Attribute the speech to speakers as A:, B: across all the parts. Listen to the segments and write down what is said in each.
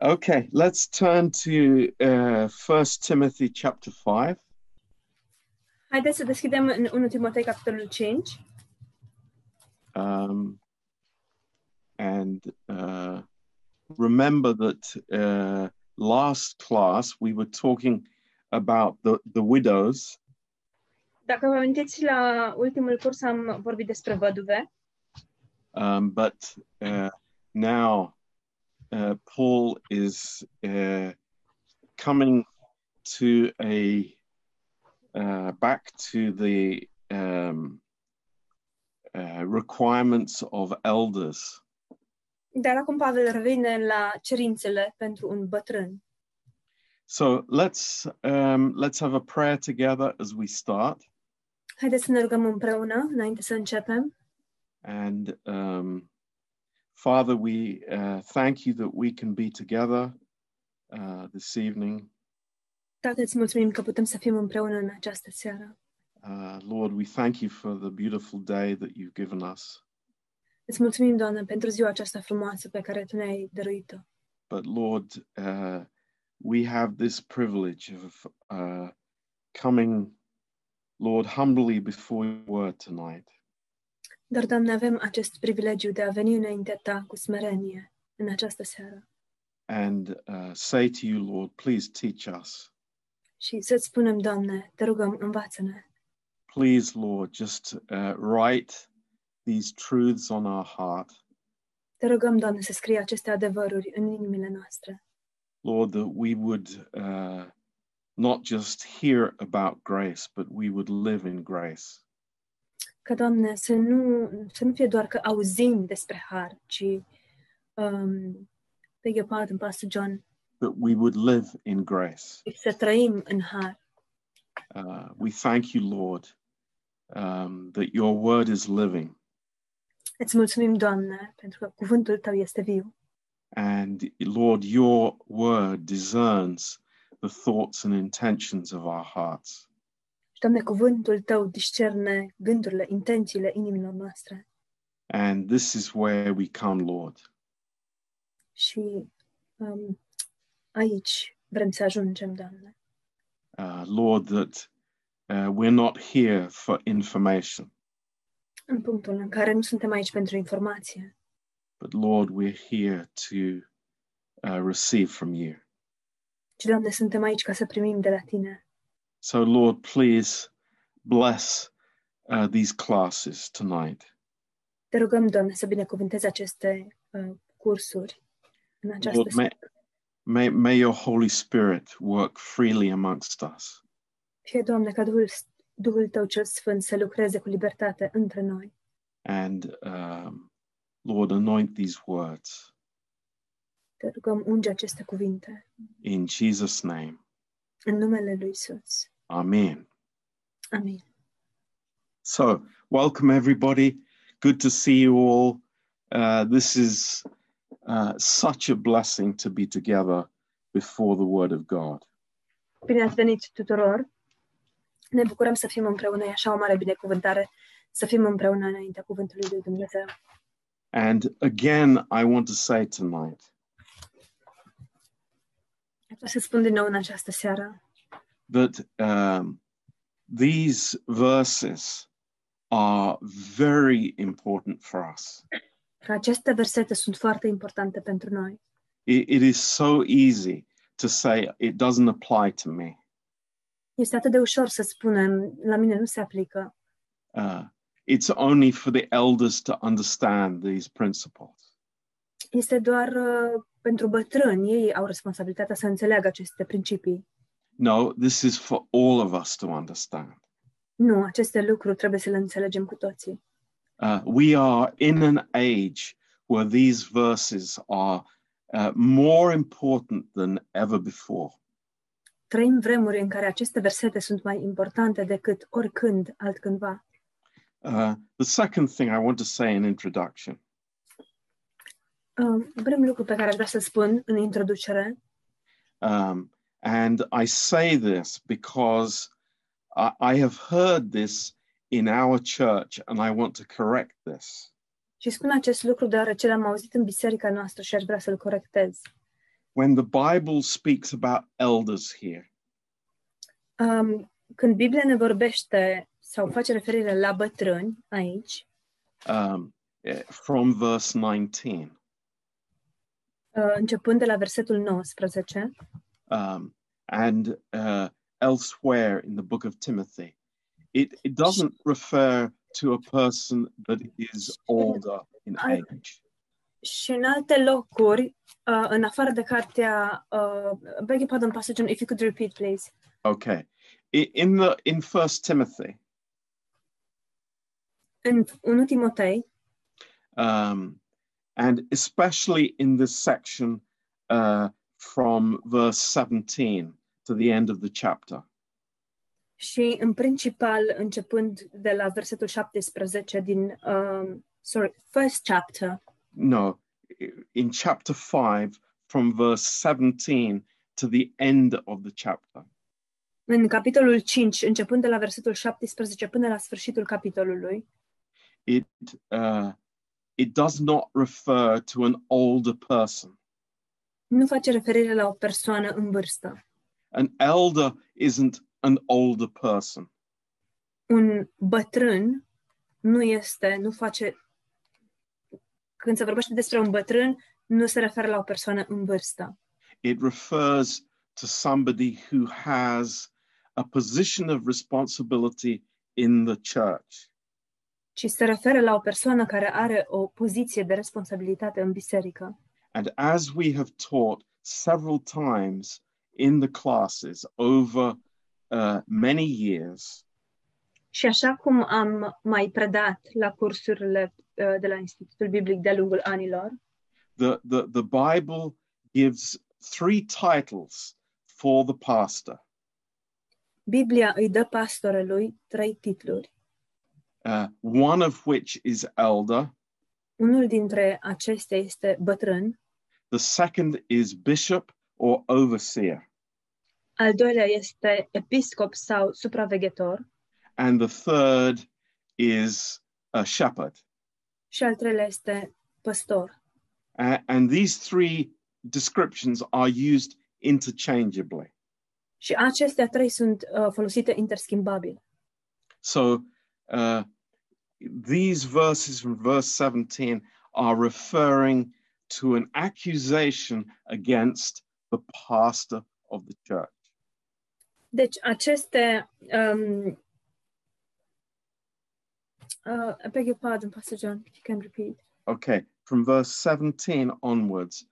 A: Okay, let's turn to First uh, Timothy chapter 5.
B: Haideți să deschidem în 1 Timotei, capitolul 5.
A: Um, and uh, remember that uh, last class we were talking about the, the widows
B: Dacă vă amintiți, la ultimul curs am vorbit despre văduve,
A: Um, but uh, now uh, Paul is uh, coming to a uh, back to the um, uh, requirements of elders,
B: dar acum Pavel revine la cerințele pentru un bătrân.
A: so let's um, let's have a prayer together as we start,
B: Haideți să ne rugăm împreună înainte să începem.
A: and um, Father, we uh, thank you that we can be together uh, this evening.
B: Tată, îți mulțumim că putem să fim împreună în această seară.
A: Uh, Lord, we thank you for the beautiful day that you've given us.
B: Îți mulțumim, Doamne, pentru ziua aceasta frumoasă pe care Tu ne-ai dăruit-o.
A: But Lord, uh, we have this privilege of uh, coming, Lord, humbly before your word tonight.
B: Dar, Doamne, avem acest privilegiu de a veni înaintea Ta cu smerenie în această seară
A: And uh, say to you, Lord, please teach us.
B: și să-ți spunem, Doamne, te rugăm, învață-ne.
A: Please, Lord, just uh, write these truths on our heart.
B: Te rugăm, Doamne, să scrii aceste adevăruri în inimile noastre.
A: Lord, that we would uh, not just hear about grace, but we would live in grace.
B: Că, Doamne, să nu, să nu fie doar că auzim despre har, ci um, pe your pardon, Pastor John,
A: That we would live in grace.
B: să trăim în har.
A: Uh, we thank you, Lord, um, that your word is living
B: Îți mulțumim, Doamne, pentru că cuvântul Tău este viu
A: and, Lord, your word discerns the thoughts and intentions of our hearts.
B: și, Doamne, cuvântul Tău discerne gândurile, intențiile inimilor noastre.
A: And this is where we come, Lord.
B: Și um, aici vrem să ajungem, Doamne.
A: Uh, Lord, that uh, we're not here for information,
B: În punctul în care nu suntem aici pentru informație,
A: but, Lord, we're here to uh, receive from you.
B: ci, Doamne, suntem aici ca să primim de la Tine.
A: So, Lord, please bless uh, these classes tonight.
B: Te rugăm, Doamne, să binecuvântezi aceste uh, cursuri în această
A: Lord, may,
B: seară.
A: may, may your Holy Spirit work freely amongst us.
B: Fie, Doamne, ca Duhul, Duhul Tău cel Sfânt să lucreze cu libertate între noi.
A: And um, Lord, anoint these words
B: Te rugăm, unge aceste cuvinte
A: in Jesus' name.
B: în numele Lui Isus.
A: Amen.
B: Amin.
A: So, welcome everybody. Good to see you all. Uh, this is uh, such a blessing to be together before the Word of God.
B: Bine ați venit tuturor! Ne bucurăm să fim împreună, e așa o mare binecuvântare, să fim împreună înaintea Cuvântului Lui Dumnezeu.
A: And again, I want to say tonight
B: Vreau să spun din nou în această seară
A: that um, these verses are very important for us.
B: că aceste versete sunt foarte importante pentru noi.
A: It- it is so easy to say it doesn't apply to me,
B: Este atât de ușor să spunem, la mine nu se aplică.
A: Uh, it's only for the elders to understand these principles.
B: Este doar uh, pentru bătrâni, ei au responsabilitatea să înțeleagă aceste principii.
A: No, this is for all of us to understand.
B: Nu, aceste lucruri trebuie să le înțelegem cu toții.
A: Uh, we are in an age where these verses are uh, more important than ever before.
B: Trăim vremuri în care aceste versete sunt mai importante decât oricând altcândva.
A: Uh, the second thing I want to say in introduction
B: Uh, Primul lucru pe care aș vrea să spun în introducere
A: Um, and I say this because I, I have heard this in our church, and I want to correct this.
B: și spun acest lucru deoarece l-am auzit în biserica noastră și aș vrea să-l corectez.
A: when the Bible speaks about elders here,
B: Um, când Biblia ne vorbește sau face referire la bătrâni aici,
A: um, eh, from verse 19,
B: uh, începând de la versetul 19
A: um, and uh, elsewhere in the book of Timothy, it, it doesn't refer to a person that is older in age.
B: și în alte locuri, uh, în afară de cartea, uh, beg your pardon, Pastor John, if you could repeat, please.
A: Okay, I- in the in First Timothy,
B: În 1 Timotei,
A: um, and especially in this section uh, from verse 17 to the end of the chapter.
B: Și în principal, începând de la versetul 17 din, um, sorry, first chapter,
A: No, in chapter 5, from verse 17 to the end of the chapter.
B: în capitolul 5, începând de la versetul 17 până la sfârșitul capitolului,
A: It, uh, it does not refer to an older person.
B: nu face referire la o persoană în vârstă.
A: An elder isn't an older person.
B: Un bătrân nu este, nu face, când se vorbește despre un bătrân, nu se referă la o persoană în vârstă.
A: It refers to somebody who has a position of responsibility in the church.
B: ci se referă la o persoană care are o poziție de responsabilitate în biserică.
A: And as we have taught several times in the classes over uh, many years,
B: Și așa cum am mai predat la cursurile uh, de la Institutul Biblic de-a lungul anilor,
A: the, the, the Bible gives three titles for the pastor.
B: Biblia îi dă pastorelui trei titluri.
A: uh, one of which is elder,
B: Unul dintre acestea este bătrân,
A: the second is bishop or overseer,
B: al doilea este episcop sau supraveghetor
A: and the third is a shepherd.
B: și al treilea este păstor.
A: A- and these three descriptions are used interchangeably.
B: Și acestea trei sunt uh, folosite interschimbabile.
A: So uh, these verses from verse 17 are referring to an accusation against the pastor of the church.
B: Deci aceste... Um, uh, I beg your pardon, Pastor John, if you can repeat.
A: Okay, from verse 17 onwards,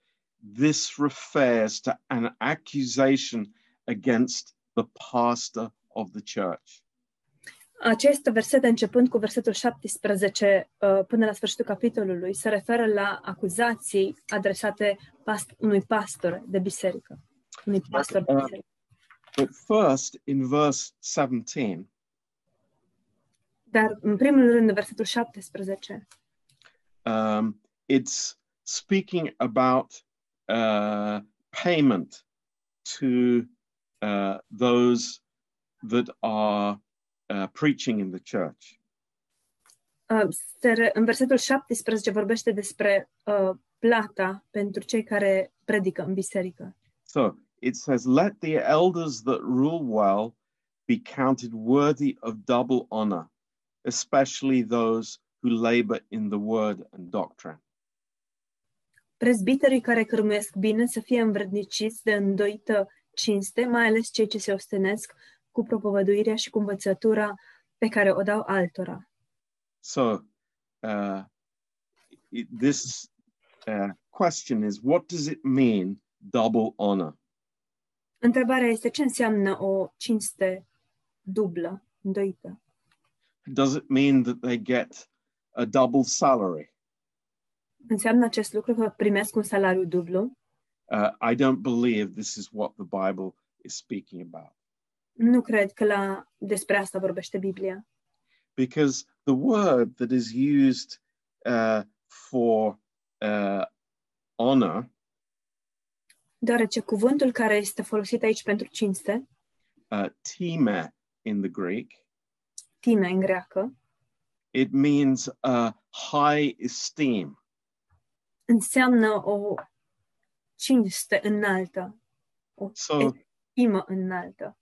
A: this refers to an accusation against the pastor of the church.
B: Aceste versete, începând cu versetul 17 uh, până la sfârșitul capitolului, se referă la acuzații adresate past- unui pastor de biserică. Unui pastor de
A: Uh.
B: biserică.
A: But first, in verse 17,
B: Dar, în primul rând, în versetul 17,
A: um, it's speaking about uh, payment to uh, those that are uh, preaching in the church.
B: uh, se re- în versetul 17 vorbește despre uh, plata pentru cei care predică în biserică.
A: So it says, Let the elders that rule well be counted worthy of double honor, especially those who labor in the word and doctrine.
B: Prezbiterii care cârmuiesc bine să fie învredniciți de îndoită cinste, mai ales cei ce se ostenesc cu propovăduirea și cu învățătura pe care o dau altora.
A: So uh, it- this uh, question is, What does it mean, double honor?
B: Întrebarea este ce înseamnă o cinste dublă, îndoită?
A: Does it mean that they get a double salary?
B: Înseamnă acest lucru că primesc un salariu dublu?
A: Uh, I don't believe this is what the Bible is speaking about
B: Nu cred că la despre asta vorbește Biblia.
A: because the word that is used uh, for uh, honor
B: Deoarece cuvântul care este folosit aici pentru cinste,
A: uh, time in the greek
B: time în greacă,
A: it means uh, high esteem
B: înseamnă o cinste înaltă, o
A: So,
B: imă înaltă.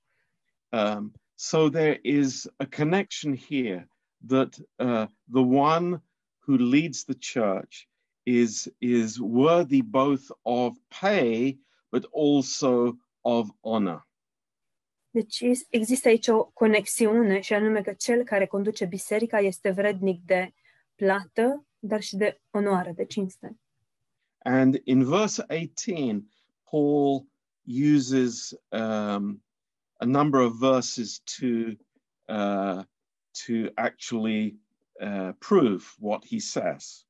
A: um, so there is a connection here that uh, the one who leads the church is is worthy both of pay but also of honor.
B: Deci es- există aici o conexiune și anume că cel care conduce biserica este vrednic de plată, dar și de onoare, de cinste.
A: And in verse 18, Paul uses um, a number of verses to uh, to actually uh, prove what he says.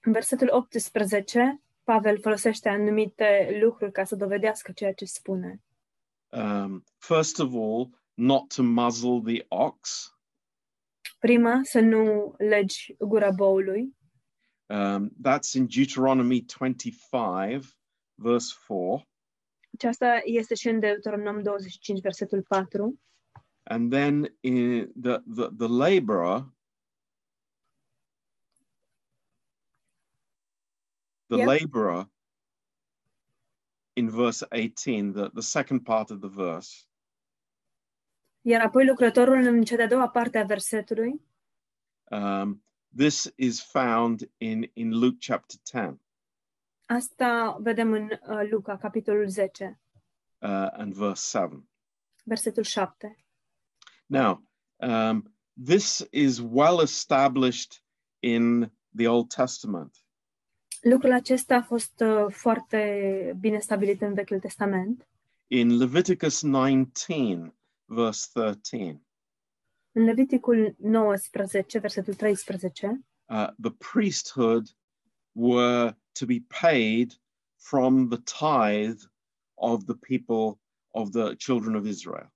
B: În versetul 18, Pavel folosește anumite lucruri ca să dovedească ceea ce spune.
A: Um, first of all, not to muzzle the ox.
B: Prima, să nu legi gura boului.
A: Um, that's in Deuteronomy 25, verse 4.
B: Aceasta este și în Deuteronom 25, versetul 4.
A: And then in the, the, the laborer, the
B: Yeah.
A: laborer in verse 18, the, the second part of the verse,
B: Iar apoi lucrătorul în cea de-a doua parte a versetului,
A: um, this is found in, in Luke chapter 10
B: asta vedem în uh, Luca, capitolul 10,
A: uh, and verse 7.
B: versetul 7.
A: Now, um, this is well established in the Old Testament.
B: Lucrul acesta a fost uh, foarte bine stabilit în Vechiul Testament.
A: In Leviticus 19, verse 13,
B: În Leviticul 19, versetul 13,
A: uh, the priesthood were to be paid from the tithe of the people of the children of Israel.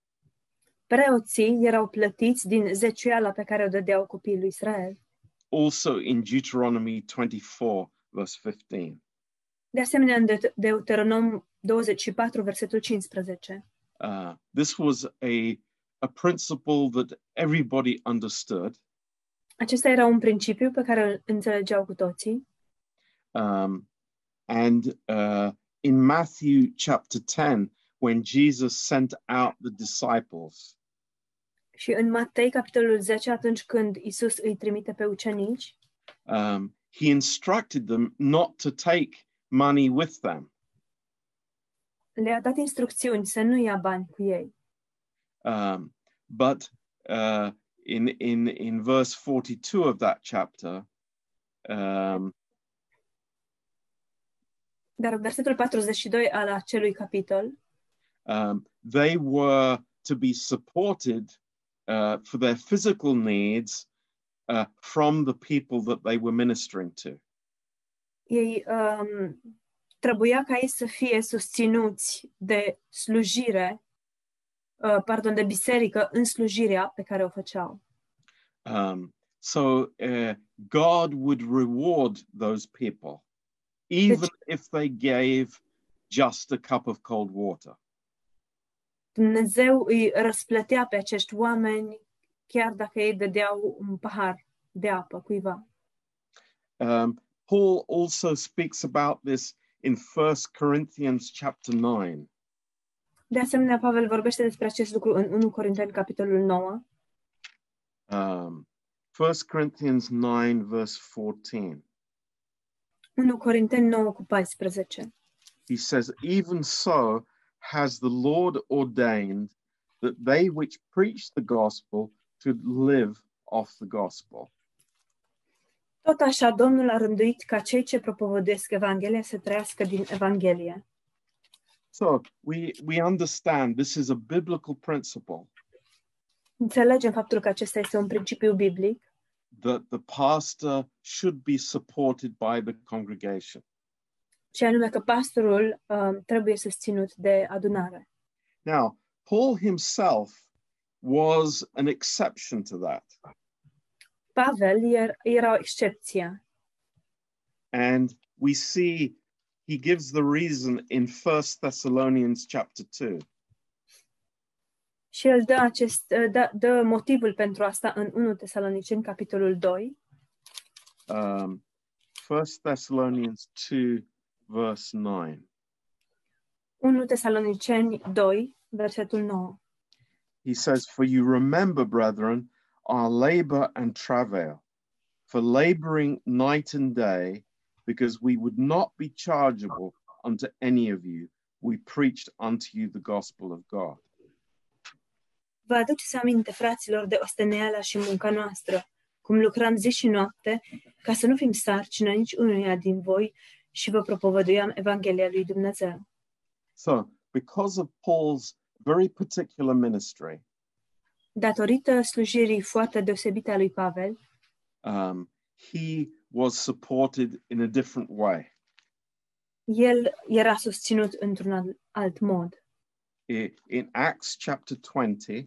B: preoții erau plătiți din zeciuiala pe care o dădeau copiii lui Israel.
A: Also in Deuteronomy 24, verse 15.
B: De asemenea, în Deut- Deuteronom 24, versetul 15.
A: Uh, this was a, a principle that everybody understood.
B: Acesta era un principiu pe care îl înțelegeau cu toții.
A: Um, and uh, in Matthew chapter 10, when Jesus sent out the disciples,
B: Și în Matei, capitolul 10, atunci când Isus îi trimite pe ucenici,
A: um, he instructed them not to take money with them.
B: le-a dat instrucțiuni să nu ia bani cu ei.
A: Um, but uh, in, in, in verse 42 of that chapter, um,
B: Dar versetul 42 al acelui capitol
A: um, they were to be supported uh, for their physical needs uh, from the people that they were ministering to.
B: ei um, trebuia ca ei să fie susținuți de slujire, uh, pardon, de biserică în slujirea pe care o făceau.
A: Um, so uh, God would reward those people, even if they gave just a cup of cold water.
B: Dumnezeu îi răsplătea pe acești oameni chiar dacă ei dădeau un pahar de apă cuiva.
A: Um, Paul also speaks about this in First Corinthians chapter 9.
B: De asemenea, Pavel vorbește despre acest lucru în 1 Corinteni, capitolul 9,
A: Um, 1 Corinthians 9, verse 14.
B: 1 Corinteni 9 cu 14.
A: He says, Even so has the Lord ordained that they which preach the gospel should live off the gospel.
B: Tot așa, Domnul a rânduit ca cei ce propovăduiesc Evanghelia să trăiască din Evanghelie.
A: So we we understand this is a biblical principle
B: Înțelegem faptul că acesta este un principiu biblic,
A: that the pastor should be supported by the congregation.
B: și anume că pastorul um, trebuie susținut de adunare.
A: Now, Paul himself was an exception to that.
B: Pavel er, era o excepție
A: And we see he gives the reason in 1 Thessalonians chapter 2.
B: și el dă, acest, uh, dă, dă motivul pentru asta în 1 Tesaloniceni, capitolul 2,
A: Um, 1 Thessalonians 2, verse 9.
B: 1 Tesaloniceni 2, versetul 9.
A: He says, For you remember, brethren, our labor and travail, for laboring night and day, because we would not be chargeable unto any of you. We preached unto you the gospel of God.
B: Vă aduceți aminte, fraților, de osteneala și munca noastră, cum lucram zi și noapte, ca să nu fim sarcină nici unuia din voi și vă propovăduiam Evanghelia lui Dumnezeu.
A: So, because of Paul's very particular ministry,
B: Datorită slujirii foarte deosebite a lui Pavel,
A: um, he was supported in a different way.
B: el era susținut într-un al- alt mod.
A: I- In Acts chapter 20,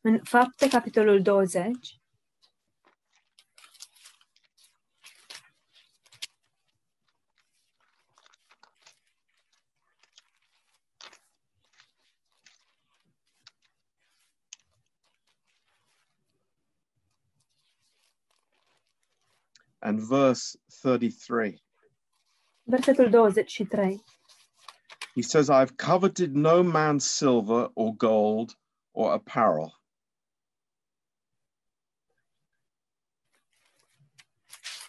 B: În fapte, capitolul 20,
A: and verse 33.
B: versetul 23,
A: He says, I've coveted no man's silver or gold or apparel.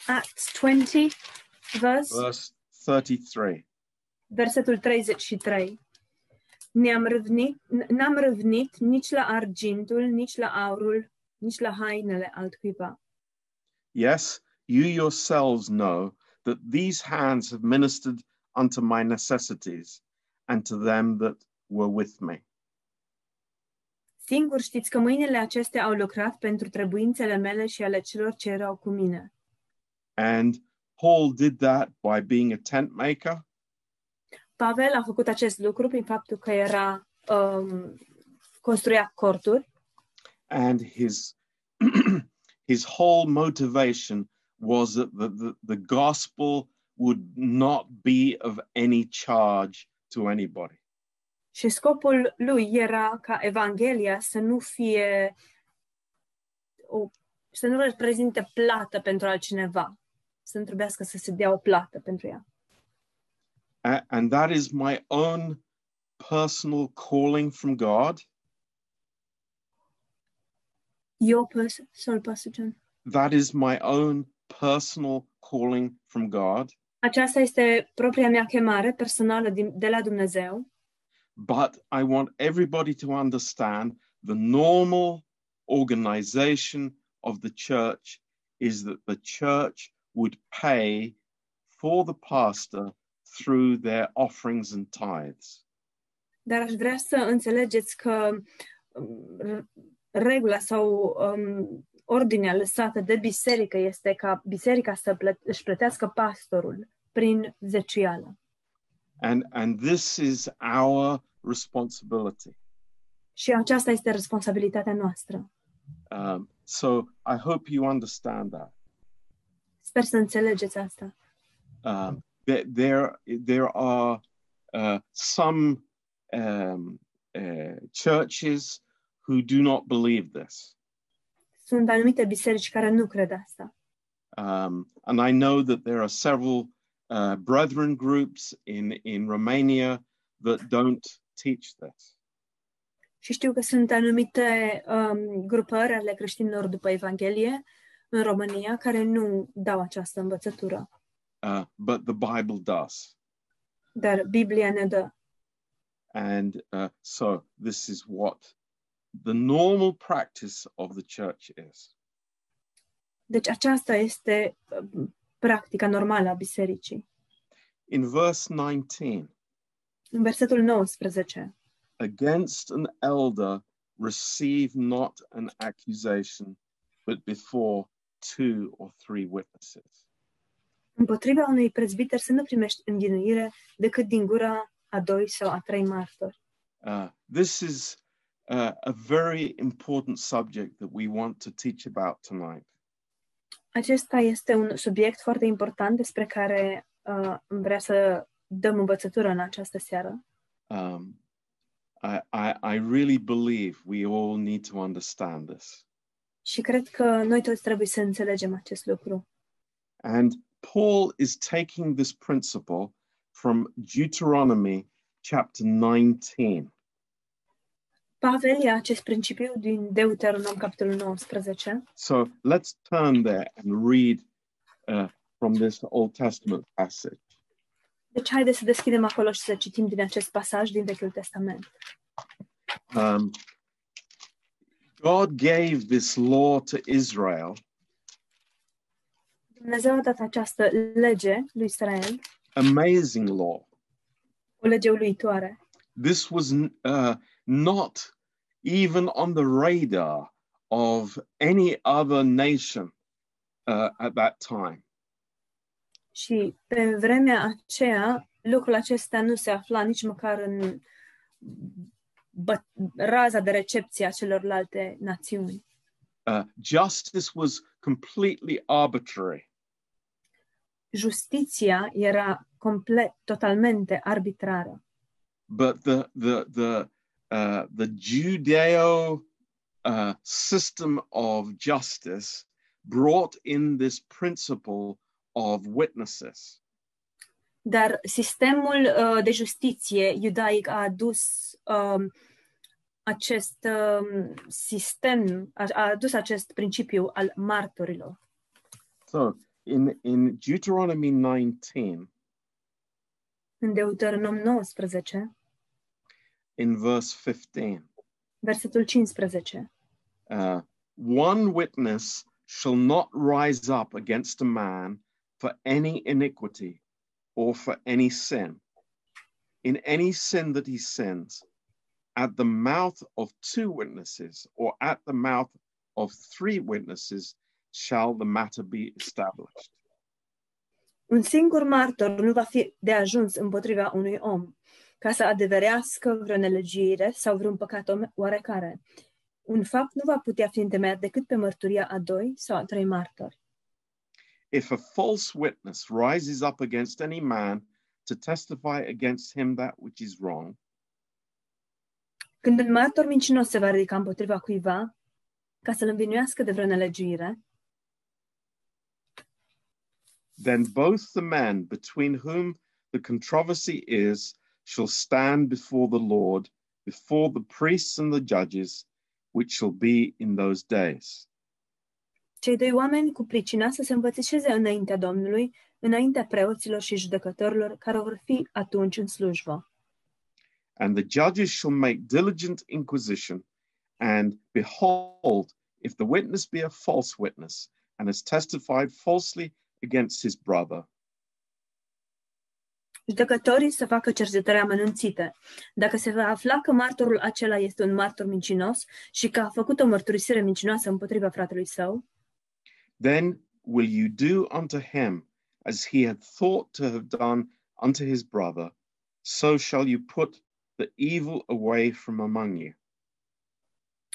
B: Acts 20, verse
A: Verse 33.
B: versetul 33. Ne-am râvnit, n- n-am râvnit nici la argintul, nici la aurul, nici la hainele altcuiva.
A: Yes, you yourselves know that these hands have ministered unto my necessities and to them that were with me.
B: Singur știți că mâinile acestea au lucrat pentru trebuințele mele și ale celor ce erau cu mine.
A: And Paul did that by being a tent maker.
B: Pavel a făcut acest lucru prin faptul că era um, construia corturi
A: and his his whole motivation was that the, the, the gospel would not be of any charge to anybody.
B: și scopul lui era ca Evanghelia să nu fie o, să nu reprezinte plată pentru altcineva, să nu trebuiască să se dea o plată pentru ea.
A: A- and that is my own personal calling from God.
B: Eu pers- sol pastor John.
A: That is my own personal calling from God.
B: Aceasta este propria mea chemare personală din, de la Dumnezeu,
A: But I want everybody to understand the normal organization of the church is that the church would pay for the pastor through their offerings and tithes.
B: dar aș vrea să înțelegeți că um, r- regula sau um, ordinea lăsată de biserică este ca biserica să plă- își plătească pastorul prin zecială.
A: And, and this is our responsibility.
B: Și aceasta este responsabilitatea noastră.
A: Um, so I hope you understand that.
B: Sper să înțelegeți asta.
A: um, there there there are uh, some um, uh, churches who do not believe this,
B: Sunt anumite biserici care nu cred asta.
A: um, and I know that there are several uh, brethren groups in in Romania that don't teach this.
B: Și știu că sunt anumite um, grupări ale creștinilor după Evanghelie în România care nu dau această învățătură,
A: Uh, but the Bible does,
B: dar Biblia ne dă.
A: and uh, so this is what the normal practice of the church is.
B: Deci aceasta este um, practica normală a bisericii.
A: In verse 19,
B: În versetul 19,
A: against an elder receive not an accusation, but before two or three witnesses.
B: împotriva unui prezbiter să nu primești înghinuire decât din gura a doi sau a trei martori.
A: Uh, this is uh, a very important subject that we want to teach about tonight.
B: Acesta este un subiect foarte important despre care uh, vrea să dăm învățătură în această seară.
A: Um, I, I, I really believe we all need to understand this.
B: Și cred că noi toți trebuie să înțelegem acest lucru.
A: And Paul is taking this principle from Deuteronomy chapter 19.
B: Pavel ia acest principiu din Deuteronom, capitolul 19.
A: So let's turn there and read uh, from this Old Testament passage.
B: Deci haideți să deschidem acolo și să citim din acest pasaj din Vechiul Testament.
A: Um, God gave this law to Israel
B: Dumnezeu a dat această lege lui Israel,
A: amazing law.
B: o lege uluitoare.
A: This was n- uh, not even on the radar of any other nation uh, at that time.
B: Și pe vremea aceea, lucrul acesta nu se afla nici măcar în bă- raza de recepție a celorlalte națiuni.
A: Uh, justice was completely arbitrary.
B: Justiția era complet, totalmente arbitrară.
A: but the the the uh, the Judeo uh, system of justice brought in this principle of witnesses.
B: Dar sistemul uh, de justiție iudaic a adus um, acest um, sistem, a, a adus acest principiu al martorilor.
A: So in in Deuteronomy 19
B: În Deuteronom 19,
A: in verse 15,
B: versetul 15.
A: uh, one witness shall not rise up against a man for any iniquity or for any sin. In any sin that he sins, at the mouth of two witnesses or at the mouth of three witnesses shall the matter be established.
B: Un singur martor nu va fi de ajuns împotriva unui om ca să adeverească vreo nelegiuire sau vreun păcat ome- oarecare. Un fapt nu va putea fi întemeiat decât pe mărturia a doi sau a trei martori.
A: If a false witness rises up against any man to testify against him that which is wrong,
B: Când un martor mincinos se va ridica împotriva cuiva ca să-l învinuiască de vreo nelegiuire,
A: then both the men between whom the controversy is shall stand before the Lord, before the priests and the judges, which shall be in those days.
B: cei doi oameni cu pricina să se învățișeze înaintea Domnului, înaintea preoților și judecătorilor care vor fi atunci în slujbă.
A: And the judges shall make diligent inquisition, and behold, if the witness be a false witness, and has testified falsely against his brother,
B: Judecătorii să facă cercetări amănunțite. Dacă se va afla că martorul acela este un martor mincinos și că a făcut o mărturisire mincinoasă împotriva fratelui său,
A: then will you do unto him as he had thought to have done unto his brother, so shall you put the evil away from among you.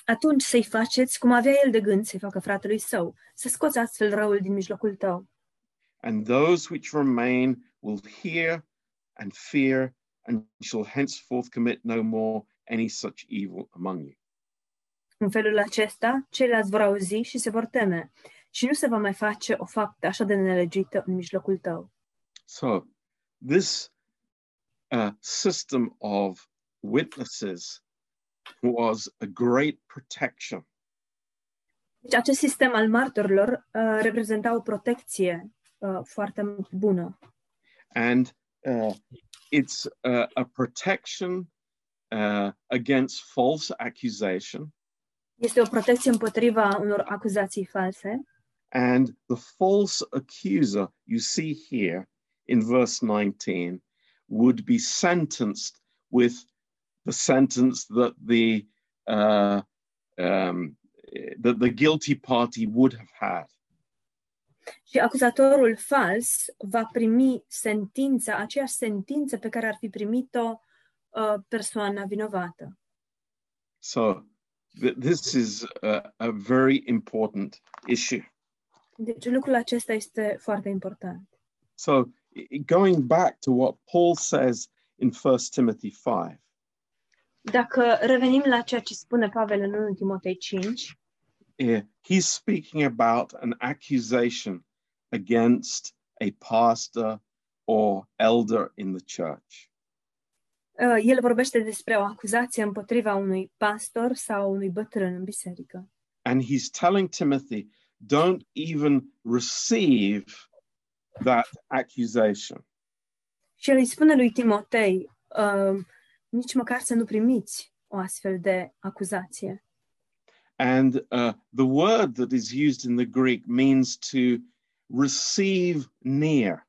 B: atunci să-i faceți cum avea el de gând să-i facă fratelui său, să scoți astfel răul din mijlocul tău.
A: And those which remain will hear and fear, and shall henceforth commit no more any such evil among you.
B: În felul acesta, ceilalți vor auzi și se vor teme și nu se va mai face o faptă așa de nelegită în mijlocul tău.
A: So, this uh, system of witnesses was a great protection.
B: Deci acest sistem al martorilor uh, reprezenta o protecție uh, foarte bună.
A: and uh, it's uh, a protection uh, against false accusation
B: Este o protecție împotriva unor acuzații false
A: and the false accuser you see here in verse 19 would be sentenced with the sentence that the uh, um, eh, that the guilty party would have had
B: și acuzatorul fals va primi sentința, aceeași sentință pe care ar fi primit-o uh, persoana vinovată.
A: so th- this is a, a very important issue
B: Deci lucrul acesta este foarte important.
A: So i- i- going back to what Paul says in 1 Timothy 5,
B: Dacă revenim la ceea ce spune Pavel în 1 Timotei 5,
A: eh, he's speaking about an accusation against a pastor or elder in the church.
B: uh, el vorbește despre o acuzație împotriva unui pastor sau unui bătrân în biserică.
A: And he's telling Timothy, don't even receive that accusation.
B: Și el îi spune lui Timotei, uh, nici măcar să nu primiți o astfel de acuzație.
A: And uh, the word that is used in the Greek means to receive near.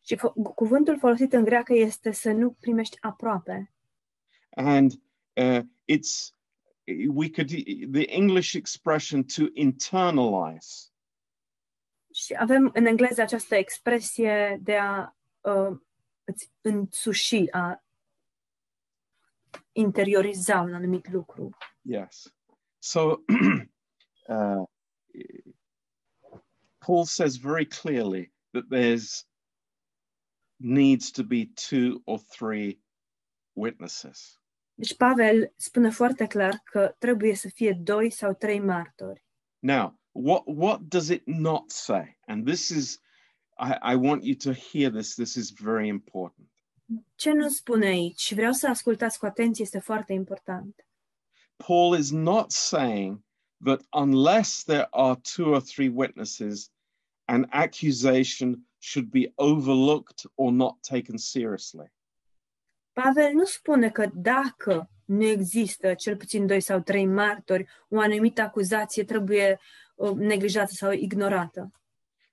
B: Și fo- cuvântul folosit în greacă este să nu primești aproape.
A: And uh, it's, we could, the English expression to internalize.
B: Și avem în engleză această expresie de a uh, îți însuși, a interioriza un anumit lucru.
A: Yes. So uh, Paul says very clearly that there's needs to be two or three witnesses.
B: Deci Pavel spune foarte clar că trebuie să fie doi sau trei martori.
A: Now, what what does it not say? And this is I, I want you to hear this. This is very important.
B: Ce nu spune aici? Și Vreau să ascultați cu atenție, este foarte important.
A: Paul is not saying that unless there are two or three witnesses, an accusation should be overlooked or not taken seriously.
B: Pavel nu spune că dacă nu există cel puțin doi sau trei martori, o anumită acuzație trebuie uh, neglijată sau ignorată.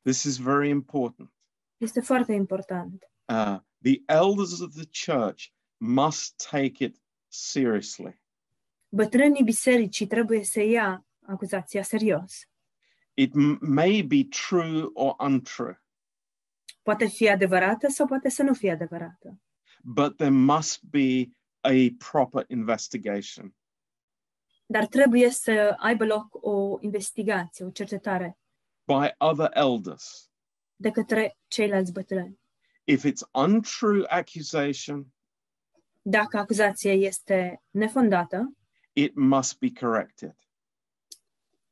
A: This is very important.
B: Este foarte important.
A: Uh, the elders of the church must take it seriously.
B: Bătrânii bisericii trebuie să ia acuzația serios.
A: It m- may be true or untrue,
B: Poate fi adevărată sau poate să nu fie adevărată.
A: but there must be a proper investigation.
B: Dar trebuie să aibă loc o investigație, o cercetare
A: by other elders.
B: de către ceilalți bătrâni.
A: If it's untrue accusation,
B: Dacă acuzația este nefondată,
A: it must be corrected.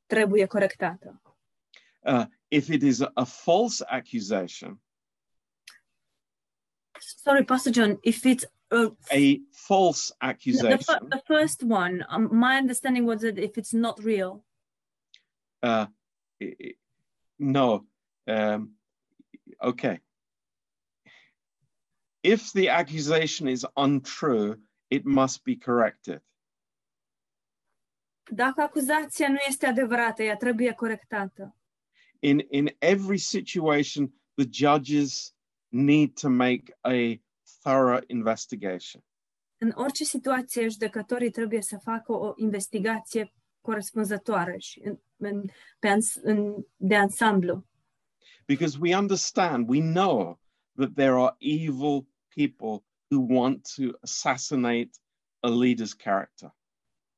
B: trebuie corectată.
A: If it is a false accusation,
B: Sorry, Pastor John, if it's uh,
A: a false
B: the, fir-
A: accusation,
B: the first one, um, my understanding was that if it's not real,
A: uh, i- i- no, um, okay. If the accusation is untrue, it must be corrected.
B: dacă acuzația nu este adevărată, ea trebuie corectată.
A: In in every situation, the judges need to make a thorough investigation.
B: În orice situație, judecătorii trebuie să facă o investigație corespunzătoare și în, în, pe ans, în, de ansamblu.
A: because we understand, we know that there are evil people who want to assassinate a leader's character.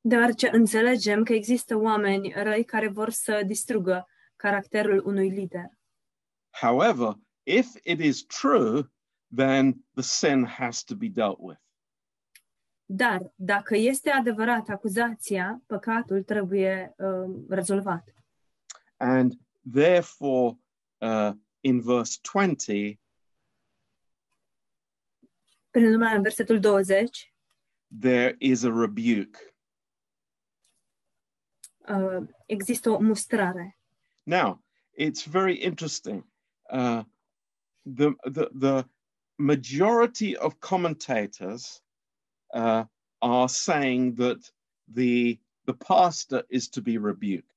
B: Deoarece înțelegem că există oameni răi care vor să distrugă caracterul unui lider.
A: However, if it is true, then the sin has to be dealt with.
B: Dar dacă este adevărat acuzația, păcatul trebuie um, rezolvat.
A: And therefore, uh, in verse 20,
B: Prin urmare, în versetul 20,
A: there is a rebuke.
B: uh, există o mustrare.
A: Now, it's very interesting. Uh, the, the, the majority of commentators uh, are saying that the, the pastor is to be rebuked.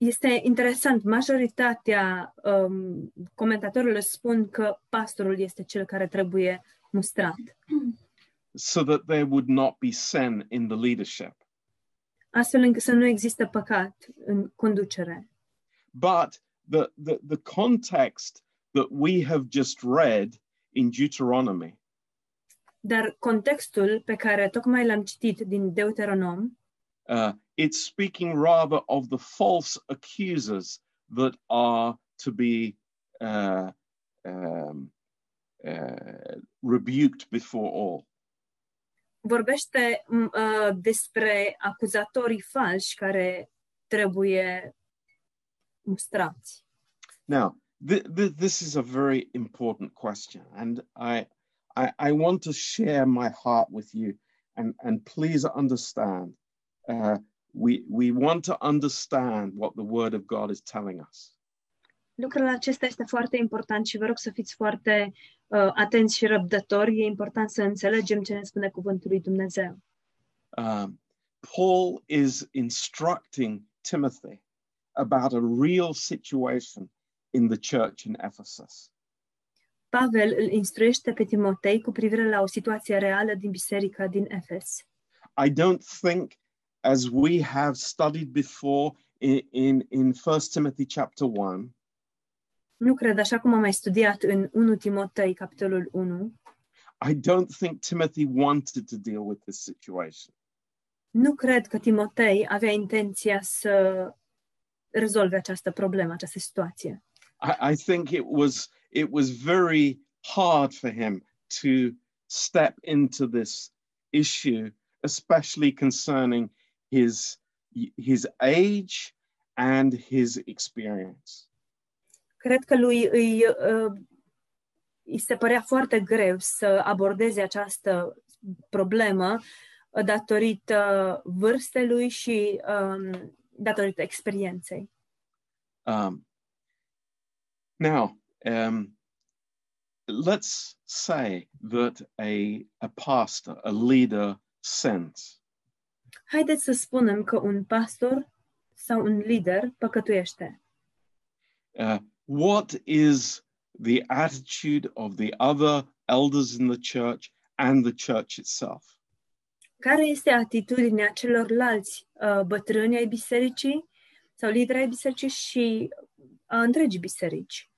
B: Este interesant, majoritatea um, comentatorilor spun că pastorul este cel care trebuie mustrat,
A: So that there would not be sin in the leadership.
B: astfel încât să nu există păcat în conducere.
A: But the, the, the context that we have just read in Deuteronomy
B: Dar contextul pe care tocmai l-am citit din Deuteronom
A: uh, it's speaking rather of the false accusers that are to be uh, um, uh, rebuked before all.
B: vorbește m, uh, despre acuzatorii falși care trebuie mustrați.
A: Now, th- th- this is a very important question, and I I, I want to share my heart with you and, and please understand. Uh, we, we want to understand what the Word of God is telling us.
B: Lucrul acesta este foarte important și vă rog să fiți foarte uh, atenți și răbdători. E important să înțelegem ce ne spune Cuvântul lui Dumnezeu.
A: Um, Paul is instructing Timothy about a real situation in the church in Ephesus.
B: Pavel îl instruiește pe Timotei cu privire la o situație reală din biserica din Efes.
A: I don't think, as we have studied before in, in, in 1 Timothy chapter 1,
B: Nu cred, așa cum am mai studiat în 1 Timotei, capitolul 1,
A: I don't think Timothy wanted to deal with this situation.
B: nu cred că Timotei avea intenția să rezolve această problemă, această situație.
A: I, I think it was it was very hard for him to step into this issue, especially concerning his his age and his experience.
B: Cred că lui îi, uh, îi se părea foarte greu să abordeze această problemă uh, datorită vârstei lui și um, datorită experienței.
A: Um, now, um, let's say that a, a pastor, a leader sins.
B: Haideți să spunem că un pastor sau un lider păcătuiește.
A: Uh, what is the attitude of the other elders in the church and the church itself?
B: care este atitudinea celorlalți uh, bătrâni ai bisericii sau lideri ai bisericii și a întregii biserici.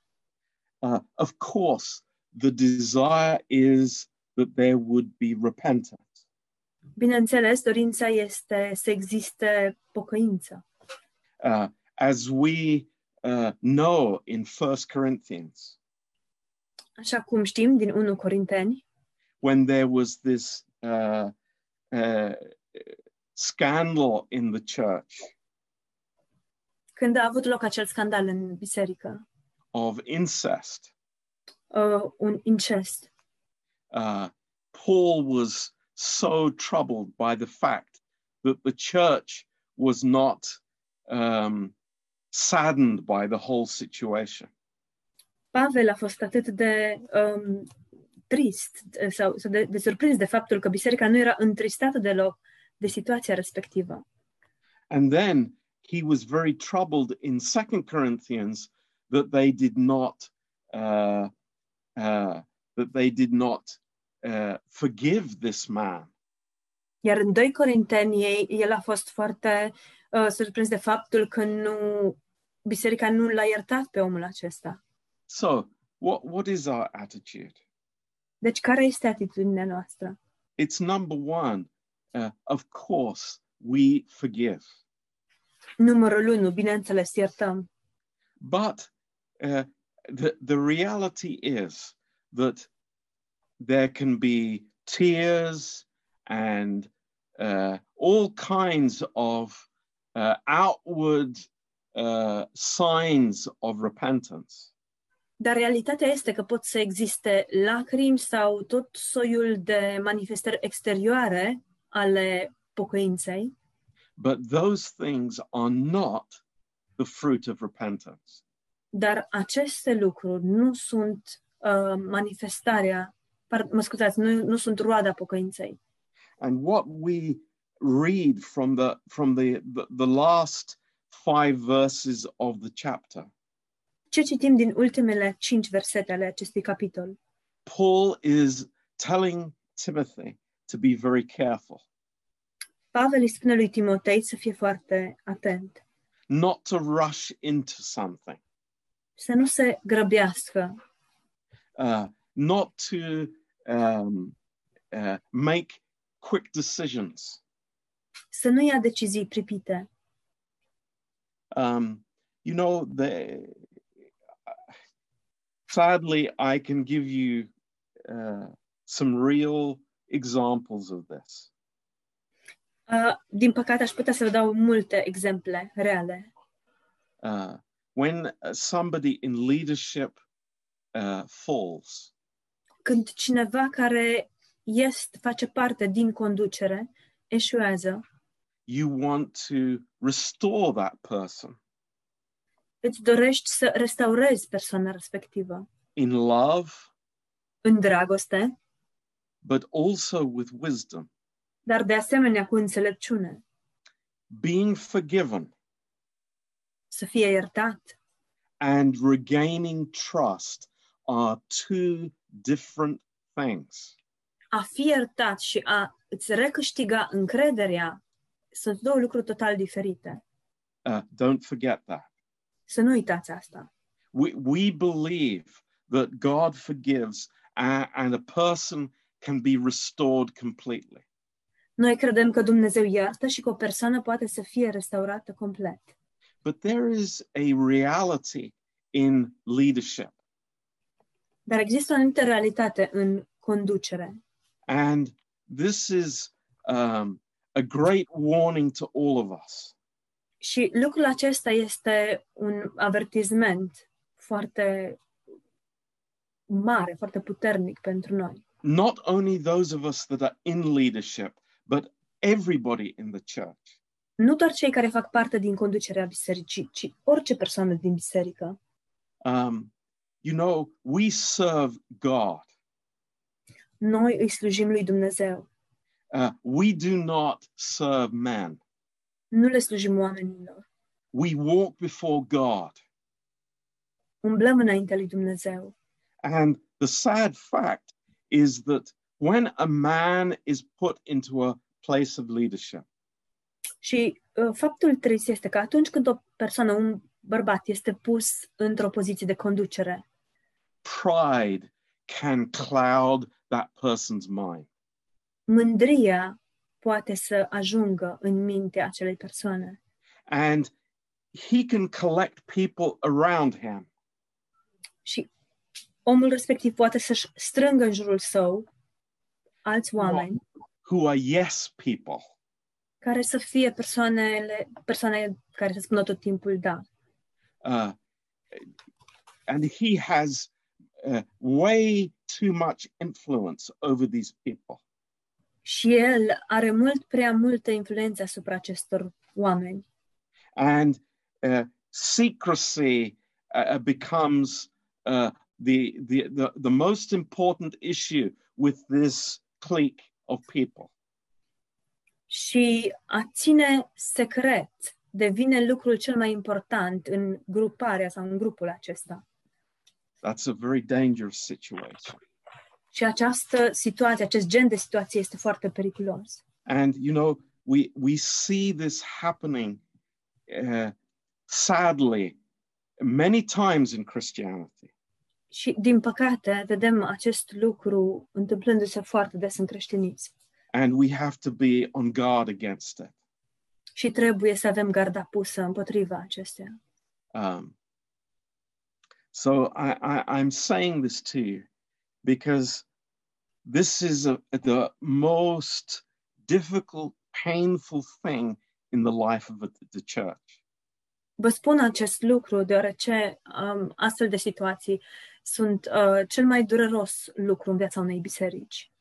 A: Uh, of course, the desire is that there would be repentance.
B: Bineînțeles, dorința este să existe pocăință.
A: Uh, as we uh, know in First Corinthians,
B: Așa cum știm din 1 Corinteni,
A: when there was this uh, uh, scandal in the church
B: când a avut loc acel scandal în biserică,
A: of incest,
B: uh, un incest,
A: uh, Paul was so troubled by the fact that the church was not um, saddened by the whole situation.
B: Pavel a fost atât de um, trist uh, sau, sau de, de surprins de faptul că biserica nu era întristată deloc de situația respectivă.
A: And then he was very troubled in Second Corinthians that they did not uh, uh, that they did not uh, forgive this man.
B: Iar în 2 Corinteni ei- el a fost foarte uh, surprins de faptul că nu biserica nu l-a iertat pe omul acesta.
A: So what what is our attitude?
B: Deci care este atitudinea noastră?
A: It's number one. Uh, of course, we forgive.
B: Numărul 1, bineînțeles, iertăm.
A: But uh, the, the reality is that there can be tears and uh, all kinds of uh, outward uh, signs of repentance.
B: Dar realitatea este că pot să existe lacrimi sau tot soiul de manifestări exterioare ale pocăinței,
A: But those things are not the fruit of repentance.
B: dar aceste lucruri nu sunt uh, manifestarea, par, mă scuzați, nu, nu sunt roada pocăinței.
A: And what we read from the from the, the, the last five verses of the chapter
B: Ce citim din ultimele cinci versete ale acestui capitol?
A: Paul is telling Timothy to be very careful,
B: Pavel îi spune lui Timotei să fie foarte atent,
A: not to rush into something,
B: să nu se grăbească,
A: uh, not to um, uh, make quick decisions.
B: să nu ia decizii pripite.
A: Um, you know, the, uh, sadly, I can give you uh, some real examples of this.
B: Uh, Din păcate, aș putea să vă dau multe exemple reale.
A: Uh, when uh, somebody in leadership uh, falls,
B: când cineva care este, face parte din conducere eșuează,
A: you want to restore that person
B: îți dorești să restaurezi persoana respectivă
A: in love,
B: în dragoste,
A: but also with wisdom,
B: dar de asemenea cu înțelepciune,
A: being forgiven
B: să fie iertat
A: and regaining trust are two different things.
B: a fi iertat și a îți recâștiga încrederea sunt două lucruri total diferite.
A: Uh, don't forget that.
B: Să nu uitați asta.
A: We, we believe that God forgives a- and a person can be restored completely.
B: Noi credem că Dumnezeu iartă și că o persoană poate să fie restaurată complet.
A: But there is a reality in leadership.
B: Dar există o anumită realitate în conducere.
A: And this is um, a great warning to all of us.
B: Și lucrul acesta este un avertisment foarte mare, foarte puternic pentru noi.
A: Not only those of us that are in leadership, but everybody in the church.
B: Nu doar cei care fac parte din conducerea bisericii, ci orice persoană din biserică.
A: Um, you know, we serve God.
B: Noi îi slujim lui Dumnezeu.
A: Uh, we do not serve man.
B: Nu le slujim oamenilor.
A: We walk before God.
B: Umblăm înaintea lui Dumnezeu.
A: And the sad fact is that when a man is put into a place of leadership,
B: Și uh, faptul trist este că atunci când o persoană, un bărbat, este pus într-o poziție de conducere,
A: pride can cloud that person's mind.
B: mândria poate să ajungă în mintea acelei persoane
A: And he can collect people around him
B: și omul respectiv poate să-și strângă în jurul său alți oameni
A: who are yes people.
B: care să fie persoanele, persoane care să spună tot timpul da.
A: Uh, and he has uh, way too much influence over these people.
B: Și el are mult prea multă influență asupra acestor oameni
A: and uh, secrecy uh, becomes uh, the, the, the, the most important issue with this clique of people.
B: și a ține secret devine lucrul cel mai important în gruparea sau în grupul acesta.
A: That's a very dangerous situation.
B: Și această situație, acest gen de situație este foarte periculos.
A: And, you know, we, we see this happening uh, sadly many times in Christianity.
B: Și, din păcate, vedem acest lucru întâmplându-se foarte des în creștinism.
A: And we have to be on guard against it.
B: Și trebuie să avem garda pusă împotriva acestea.
A: Um, so I, I, I'm saying this to you because this is a, the most difficult, painful thing in the life of the, the church.
B: Vă spun acest lucru deoarece um, astfel de situații sunt uh, cel mai dureros lucru în viața unei biserici.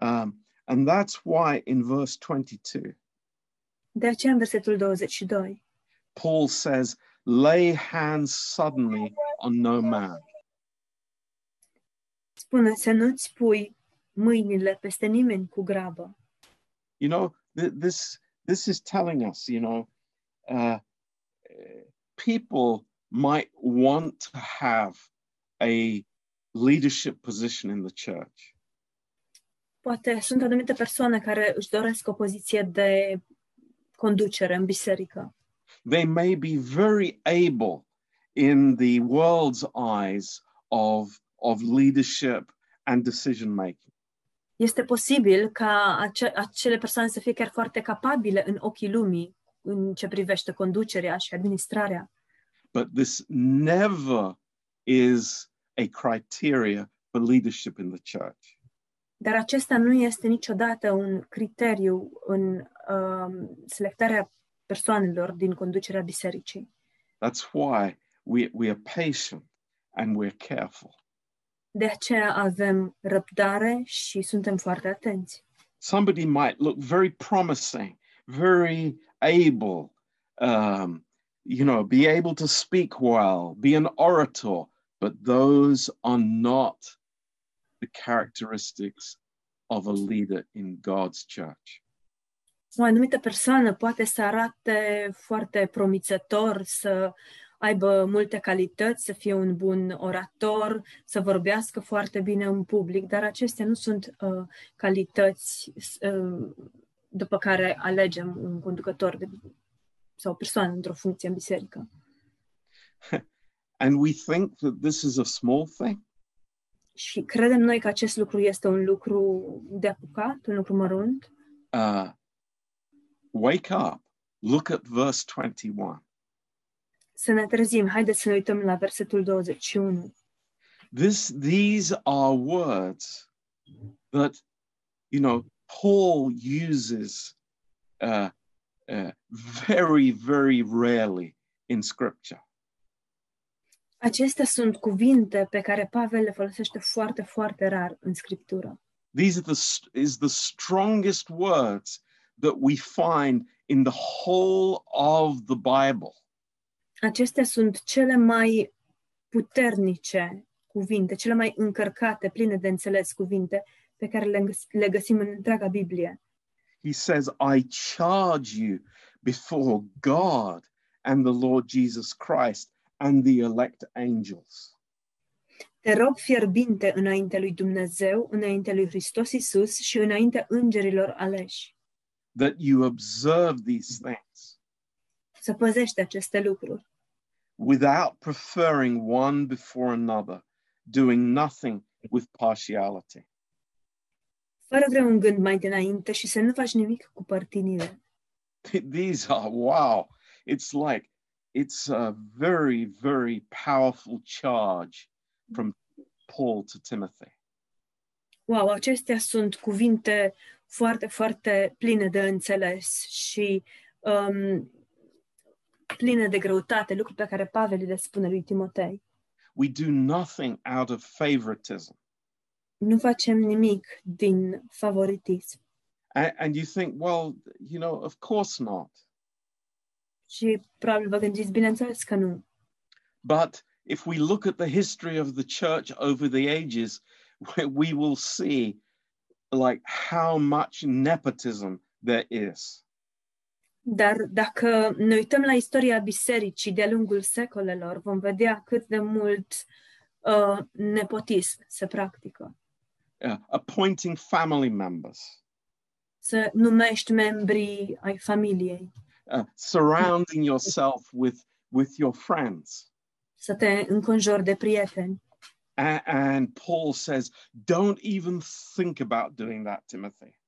A: Um, and that's why in verse 22,
B: De aceea, în versetul 22,
A: Paul says, lay hands suddenly on no man.
B: spune să nu-ți pui mâinile peste nimeni cu grabă.
A: You know, th- this, this is telling us, you know, uh, eh, people might want to have a leadership position in the church,
B: Poate sunt anumite persoane care își doresc o poziție de conducere în biserică.
A: they may be very able in the world's eyes of, of leadership and decision making.
B: este posibil ca ace- acele persoane să fie chiar foarte capabile în ochii lumii în ce privește conducerea și administrarea,
A: But this never is a criteria for leadership in the church.
B: dar acesta nu este niciodată un criteriu în um, selectarea persoanelor din conducerea bisericii.
A: That's why we, we are patient and we're careful.
B: De aceea avem răbdare și suntem foarte atenți.
A: Somebody might look very promising, very able, um, you know, be able to speak well, be an orator, but those are not the characteristics of a leader in God's church.
B: O anumită persoană poate să arate foarte promițător, să aibă multe calități, să fie un bun orator, să vorbească foarte bine în public, dar acestea nu sunt uh, calități uh, după care alegem un conducător de, sau o persoană într-o funcție în biserică.
A: And we think that this is a small thing.
B: Și credem noi că acest lucru este un lucru de apucat, un lucru mărunt.
A: Uh, wake up. Look at verse 21.
B: Să ne trezim, haideți să ne uităm la versetul 21.
A: This, these are words that, you know, Paul uses uh, uh, very, very rarely in Scripture.
B: Acestea sunt cuvinte pe care Pavel le folosește foarte, foarte rar în Scriptură.
A: These are the st- is the strongest words that we find in the whole of the Bible.
B: Acestea sunt cele mai puternice cuvinte, cele mai încărcate, pline de înțeles cuvinte pe care le, găs- le găsim în întreaga Biblie.
A: He says, I charge you before God and the Lord Jesus Christ and the elect angels.
B: Te rog fierbinte înainte lui Dumnezeu, înainte lui Hristos Isus și înainte îngerilor aleși.
A: that you observe these things
B: Să păzește aceste lucruri,
A: without preferring one before another, doing nothing with partiality.
B: fără vreun gând mai dinainte și să nu faci nimic cu părtinile.
A: These are, wow, it's like, it's a very, very powerful charge from Paul to Timothy.
B: Wow, acestea sunt cuvinte foarte, foarte pline de înțeles și um, pline de greutate, lucruri pe care Pavel le spune lui Timotei.
A: We do nothing out of favoritism.
B: Nu facem nimic din favoritism.
A: And, and you think, well, you know, of course not.
B: Și probabil vă gândiți, bineînțeles că nu.
A: But if we look at the history of the church over the ages, we- we will see like how much nepotism there is.
B: Dar dacă ne uităm la istoria bisericii de-a lungul secolelor, vom vedea cât de mult uh, nepotism se practică.
A: Uh, appointing family members,
B: Să numești membrii ai familiei,
A: uh, surrounding yourself with with your friends.
B: să te înconjori de prieteni.
A: A- and Paul says, don't even think about doing that, Timothy.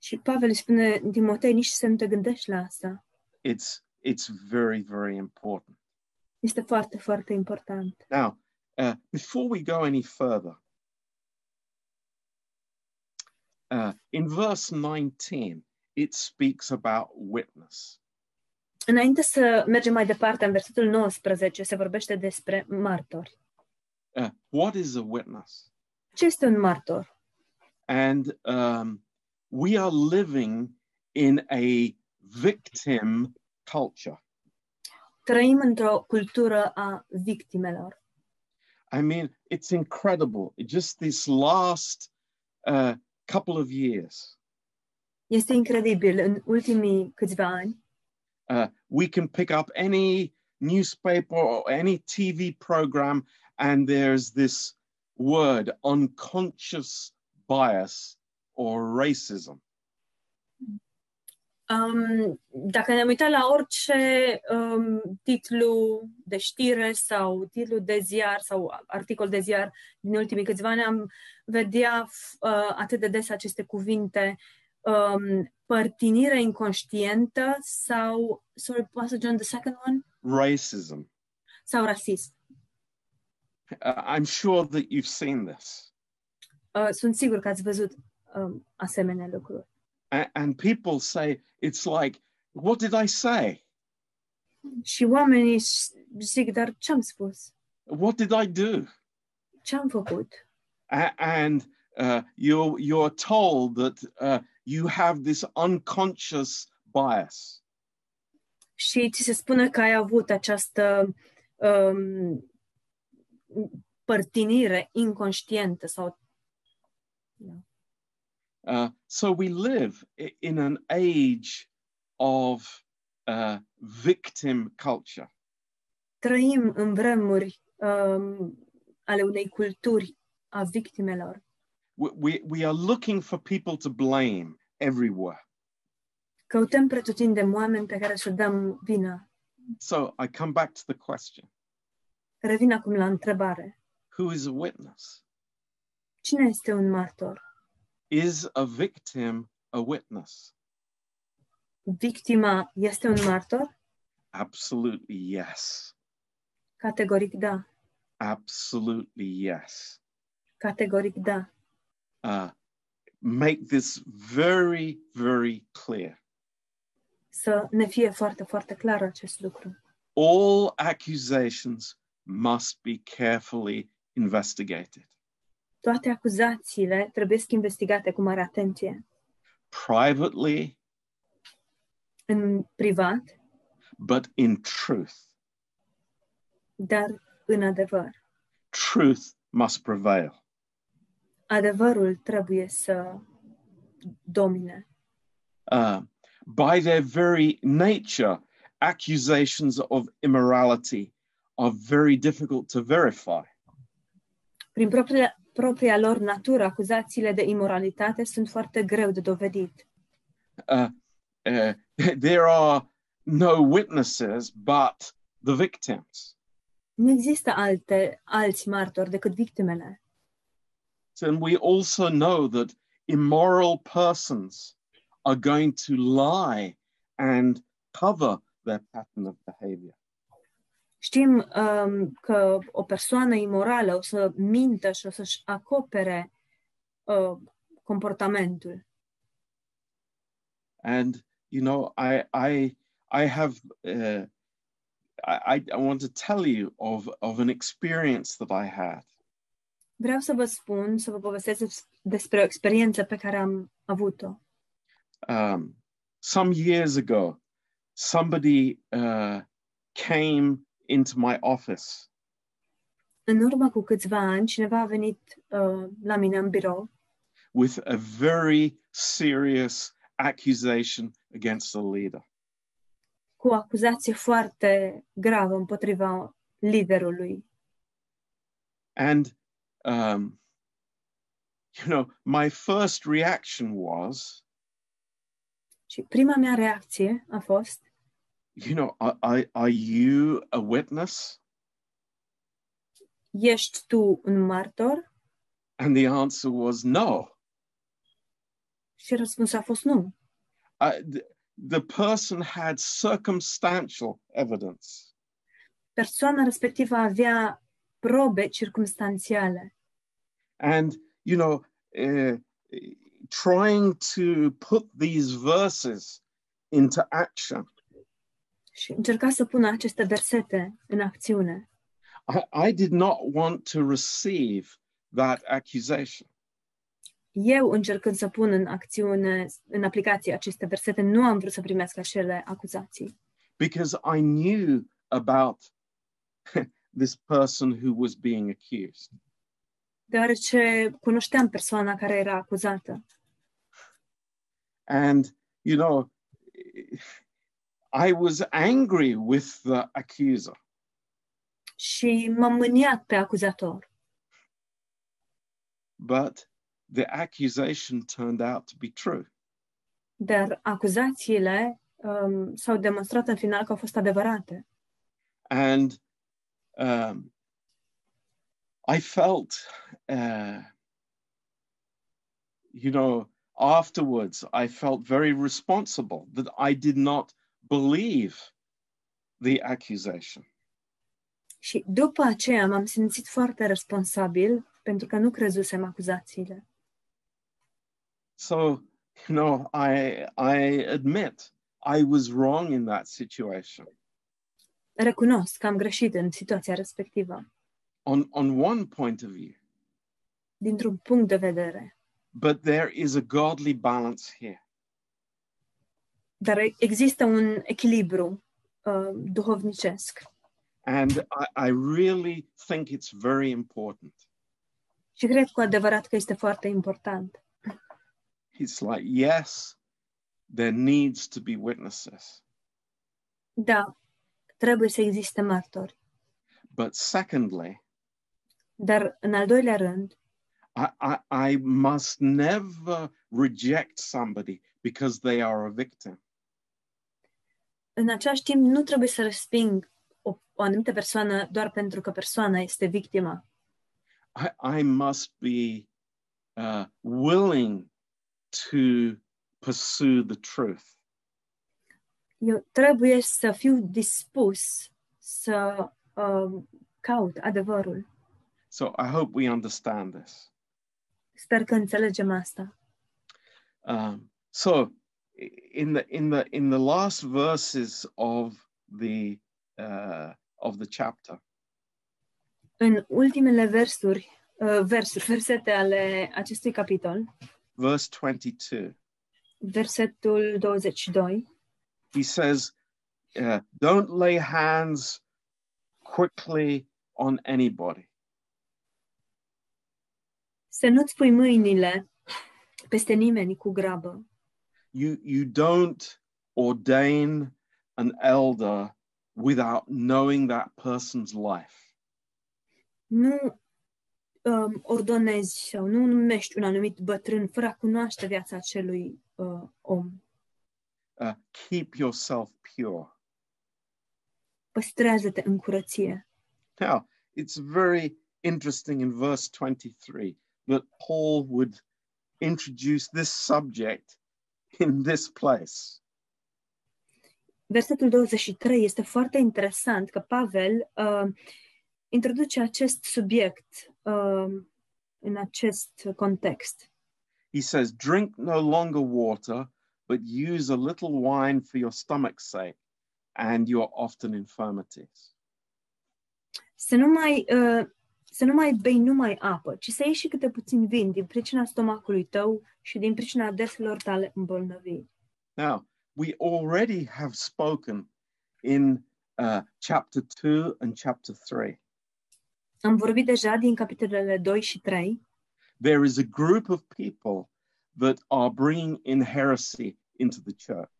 B: Și Pavel îi spune, Timotei, nici să nu te gândești la asta.
A: It's it's very very important.
B: Este foarte, foarte important.
A: Now, uh, before we go any further, uh, in verse 19, it speaks about witness.
B: Înainte să mergem mai departe, în versetul 19 se vorbește despre martori.
A: Uh, what is a witness?
B: Ce este un martor?
A: And um, we are living in a victim culture.
B: Trăim într-o cultură a victimelor.
A: I mean, it's incredible. Just this last uh, couple of years,
B: Este incredibil. În ultimii câțiva ani
A: uh, we can pick up any newspaper or any TV program, and there's this word unconscious bias or racism.
B: Um, dacă ne-am uitat la orice um, titlu de știre sau titlu de ziar sau articol de ziar din ultimii câțiva ani, am vedea f- uh, atât de des aceste cuvinte um, părtinire inconștientă sau sorry, poate să John the second one?
A: Racism.
B: Sau rasism.
A: Uh, I'm sure that you've seen this.
B: Uh, sunt sigur că ați văzut um, asemenea lucruri.
A: A- and people say, it's like, what did I say?
B: Și oamenii s- zic, dar ce-am spus?
A: What did I do?
B: Ce-am făcut?
A: A- and uh, you're, you're told that uh, you have this unconscious bias.
B: și ți se spune că ai avut această um, părtinire inconștientă sau
A: Uh, so we live i- in an age of uh, victim culture.
B: trăim în vremuri um, ale unei culturi a victimelor.
A: We, we, we are looking for people to blame everywhere.
B: Căutăm pretutindem oameni pe care să dăm vina.
A: So I come back to the question
B: Revin acum la întrebare.
A: who is a witness?
B: Cine este un martor?
A: Is a victim a witness?
B: Victima este un martor?
A: Absolutely yes.
B: Categoric da.
A: Absolutely yes.
B: Categoric da.
A: Uh, make this very, very clear.
B: Să ne fie foarte, foarte clar acest lucru.
A: All accusations must be carefully investigated.
B: Toate acuzațiile trebuie investigate cu mare atenție.
A: privately,
B: În privat,
A: but in truth.
B: dar în adevăr.
A: Truth must prevail.
B: Adevărul trebuie să domine.
A: Uh, by their very nature, accusations of immorality are very difficult to verify.
B: Prin propria, propria lor natură, acuzațiile de imoralitate sunt foarte greu de dovedit.
A: Uh, uh, there are no witnesses but the victims.
B: Nu există alte, alți martori decât victimele.
A: And we also know that immoral persons are going to lie and cover their pattern of behavior.
B: Știm um, că o persoană imorală o să mintă și o să-și acopere uh, comportamentul.
A: and you know i i i have uh, I, I- I want to tell you of of an experience that i had
B: Vreau să vă spun, să vă povestesc des- despre o experiență pe care am avut-o.
A: um, some years ago somebody uh, came into my office
B: În urmă cu câțiva ani, cineva a venit uh, la mine în birou
A: with a very serious accusation against a leader
B: cu o acuzație foarte gravă împotriva liderului.
A: and um, you know my first reaction was
B: Și prima mea reacție a fost,
A: you know are, are, are you a witness
B: ești tu un martor?
A: And the answer was no.
B: Și răspunsul a fost nu.
A: Uh, th- the person had circumstantial evidence.
B: Persoana respectivă avea probe circumstanțiale
A: And, you know, uh, trying to put these verses into action,
B: și încerca să pună aceste versete în acțiune.
A: I, I did not want to receive that accusation.
B: Eu, încercând să pun în acțiune, în aplicație aceste versete, nu am vrut să primesc acele acuzații.
A: because I knew about this person who was being accused.
B: deoarece cunoșteam persoana care era acuzată.
A: And, you know, I was angry with the accuser.
B: Și m-am mâniat pe acuzator,
A: but the accusation turned out to be true.
B: dar acuzațiile um, s-au demonstrat în final că au fost adevărate.
A: And um, I felt, uh, you know, afterwards, I felt very responsible that I did not believe the accusation.
B: Și după aceea m-am simțit foarte responsabil pentru că nu crezusem acuzațiile.
A: So, you know, I, I admit I was wrong in that situation.
B: Recunosc că am greșit în situația respectivă,
A: On, on one point of view,
B: dintr-un punct de vedere.
A: But there is a godly balance here.
B: Dar există un echilibru uh, duhovnicesc
A: And I, I really think it's very important.
B: și cred cu adevărat că este foarte important.
A: It's like, yes, there needs to be witnesses.
B: Da, trebuie să existe martori.
A: But secondly,
B: Dar, în al doilea rând,
A: I, I, I must never reject somebody because they are a victim.
B: în același timp, nu trebuie să resping o, o anumită persoană doar pentru că persoana este victima.
A: I, I must be uh, willing to pursue the truth.
B: Eu trebuie să fiu dispus să uh, caut adevărul.
A: So I hope we understand this.
B: Sper că înțelegem asta.
A: Um, so i- in the in the in the last verses of the uh, of the chapter,
B: În ultimele versuri, uh, versuri, versete ale acestui capitol,
A: verse 22,
B: versetul 22,
A: he says, uh, "Don't lay hands quickly on anybody."
B: să nu-ți pui mâinile peste nimeni cu grabă.
A: You you don't ordain an elder without knowing that person's life.
B: Nu um, ordonezi sau nu numești un anumit bătrân fără a cunoaște viața acelui uh, om.
A: Uh, keep yourself pure.
B: Păstrează-te în curăție.
A: Now, it's very interesting in verse 23 that Paul would introduce this subject in this place.
B: Versetul 23 este foarte interesant că Pavel uh, introduce acest subiect uh, în acest context.
A: He says, Drink no longer water, but use a little wine for your stomach's sake and your often infirmities.
B: Să nu mai, uh, să nu mai bei numai apă, ci să iei și câte puțin vin din pricina stomacului tău și din pricina adeselor tale îmbolnăvii.
A: Now, we already have spoken in uh, chapter 2 and chapter 3.
B: Am vorbit deja din capitolele 2 și 3
A: there is a group of people that are bringing in heresy into the church.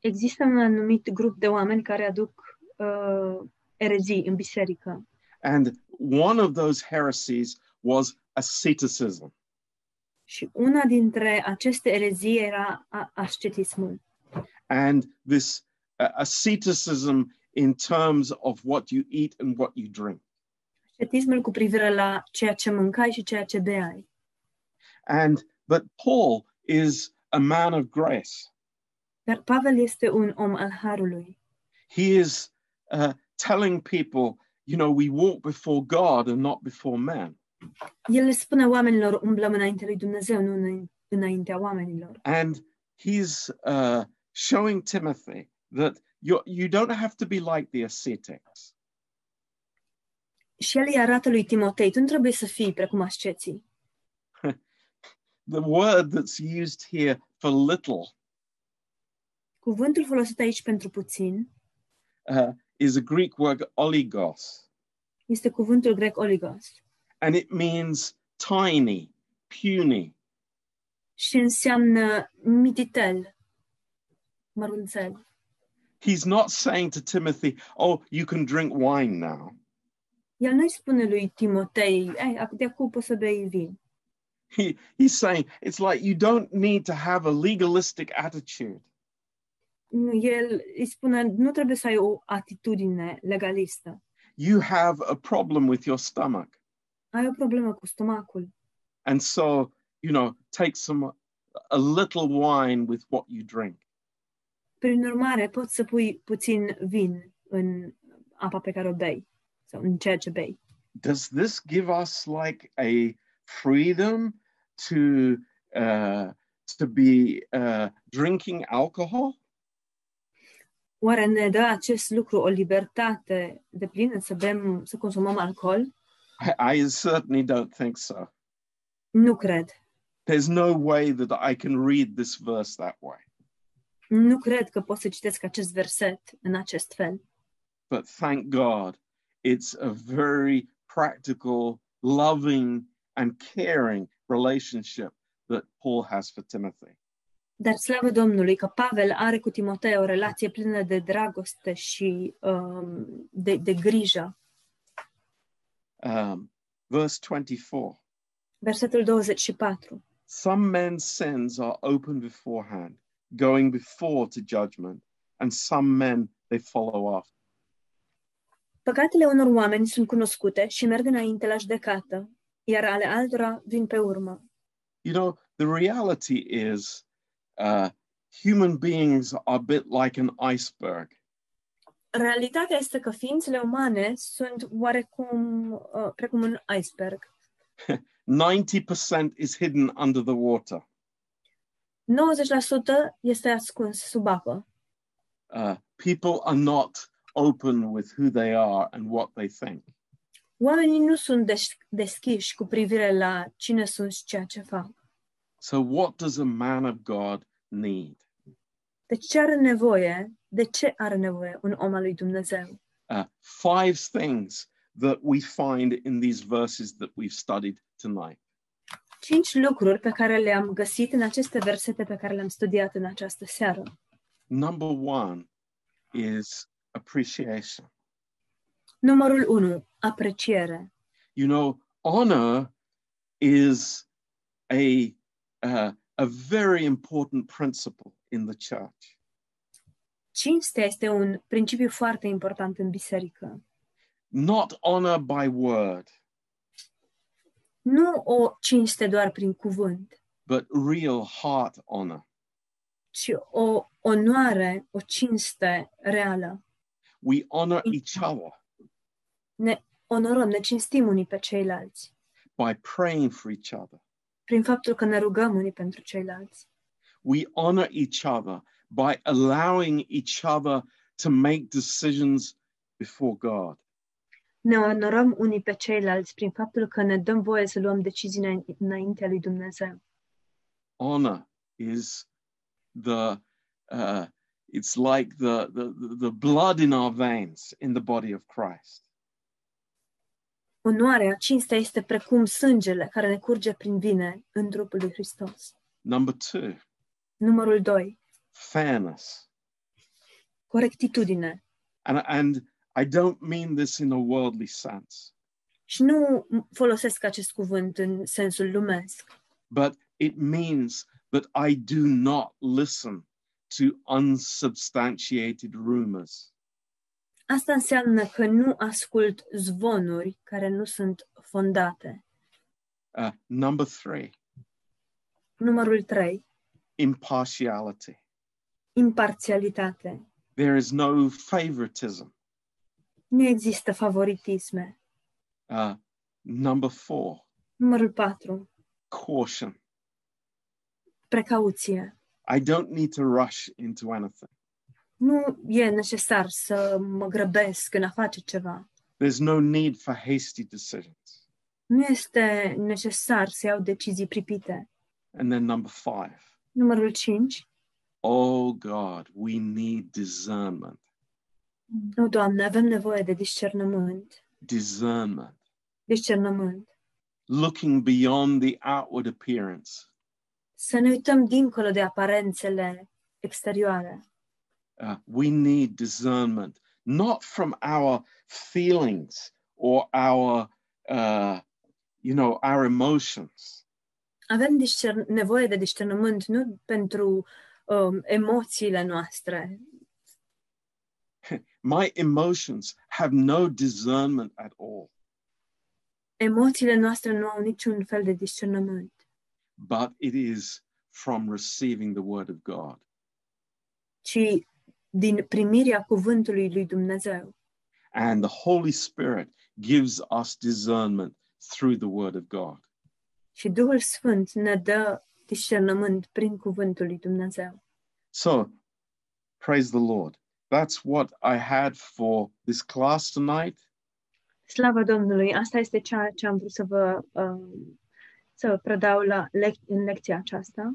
B: există un anumit grup de oameni care aduc uh, erezii în biserică.
A: And one of those heresies was asceticism.
B: Și una dintre aceste erezii era a- ascetismul.
A: And this uh, asceticism in terms of what you eat and what you drink.
B: Ascetismul cu privire la ceea ce mâncai și ceea ce beai.
A: And but Paul is a man of grace.
B: Dar Pavel este un om al harului.
A: He is uh, telling people, you know, we walk before God and not before man.
B: El le spune oamenilor, umblăm înaintea lui Dumnezeu, nu înain- înaintea oamenilor.
A: and he's uh, showing Timothy that you you don't have to be like the ascetics.
B: Și el îi arată lui Timotei, tu nu trebuie să fii precum asceții.
A: The word that's used here for little
B: Cuvântul folosit aici pentru puțin
A: uh, is a Greek word oligos,
B: este cuvântul grec oligos
A: and it means tiny, puny.
B: și înseamnă mititel, mărunțel.
A: He's not saying to Timothy, "Oh, you can drink wine now."
B: El nu-i spune lui Timotei, Ei, ac- de acum poți să bei vin.
A: He, he's saying it's like you don't need to have a legalistic attitude.
B: Nu, El îi spune, nu trebuie să ai o atitudine legalistă.
A: You have a problem with your stomach.
B: Ai o problemă cu stomacul.
A: And so, you know, take some a little wine with what you drink.
B: Prin urmare, poți să pui puțin vin în apa pe care o bei sau în ceea ce bei.
A: Does this give us like a freedom to uh, to be uh, drinking alcohol?
B: Oare ne dă acest lucru o libertate de plină să bem, să consumăm alcool?
A: I, I certainly don't think so.
B: Nu cred.
A: There's no way that I can read this verse that way.
B: Nu cred că pot să citesc acest verset în acest fel.
A: But thank God, it's a very practical, loving, and caring relationship that Paul has for Timothy.
B: Dar slavă Domnului că Pavel are cu Timotei o relație plină de dragoste și um, de, de grijă.
A: Um, verse 24
B: Versetul 24.
A: Some men's sins are open beforehand, going before to judgment, and some men they follow after.
B: Păcatele unor oameni sunt cunoscute și merg înainte la judecată, iar ale altora vin pe urmă.
A: You know, the reality is uh, human beings are a bit like an iceberg.
B: Realitatea este că ființele umane sunt oarecum uh, precum un iceberg.
A: 90% is hidden under the water.
B: 90% este ascuns sub apă.
A: Uh, people are not open with who they are and what they think.
B: Oamenii nu sunt deș- deschiși cu privire la cine sunt și ceea ce fac.
A: So, what does a man of God need?
B: Deci ce are nevoie? De ce are nevoie un om al lui Dumnezeu?
A: Uh, five things that we find in these verses that we've studied tonight.
B: Cinci lucruri pe care le-am găsit în aceste versete pe care le-am studiat în această seară.
A: Number one is appreciation.
B: Numărul 1. Apreciere.
A: You know, honor is a uh, a very important principle in the church.
B: Cinstea este un principiu foarte important în biserică.
A: Not honor by word,
B: Nu o cinste doar prin cuvânt,
A: but real heart honor.
B: ci o onoare, o cinste reală.
A: We honor each other
B: Ne onorăm, ne cinstim unii pe ceilalți,
A: by praying for each other.
B: prin faptul că ne rugăm unii pentru ceilalți.
A: We honor each other by allowing each other to make decisions before God.
B: Ne onorăm unii pe ceilalți prin faptul că ne dăm voie să luăm decizii îna- înaintea lui Dumnezeu.
A: honor is the uh, it's like the, the the blood in our veins in the body of christ
B: Onoarea, cinstea este precum sângele care ne curge prin vine în trupul lui Hristos.
A: number two
B: Numărul 2.
A: fairness
B: Corectitudine.
A: and and i don't mean this in a worldly sense
B: Și nu folosesc acest cuvânt în sensul lumesc,
A: but it means that i do not listen to unsubstantiated rumors
B: Asta înseamnă că nu ascult zvonuri care nu sunt fondate.
A: uh, number three
B: Numărul 3.
A: impartiality
B: Imparțialitate.
A: there is no favoritism
B: Nu există favoritisme.
A: uh, number four
B: Numărul 4.
A: caution
B: Precauție.
A: I don't need to rush into anything.
B: Nu e necesar să mă grăbesc în a face ceva.
A: There's no need for hasty decisions.
B: Nu este necesar să iau decizii pripite.
A: And then number five,
B: Numărul 5.
A: oh God, we need discernment.
B: Nu, Doamne, avem nevoie de discernământ.
A: Discernment.
B: Discernământ.
A: Looking beyond the outward appearance.
B: Să ne uităm dincolo de aparențele exterioare.
A: Uh, we need discernment, not from our feelings or our, uh, you know, our emotions,
B: Avem discern- nevoie de discernământ nu pentru um, emoțiile noastre.
A: my emotions have no discernment at all.
B: Emoțiile noastre nu au niciun fel de discernământ,
A: But it is from receiving the word of God.
B: ci din primirea cuvântului lui Dumnezeu.
A: And the Holy Spirit gives us discernment through the Word of God.
B: Și Duhul Sfânt ne dă discernământ prin cuvântul lui Dumnezeu.
A: So, praise the Lord. That's what I had for this class tonight.
B: Slavă Domnului! Asta este ceea ce am vrut să vă um, să predau la lec- în lecția aceasta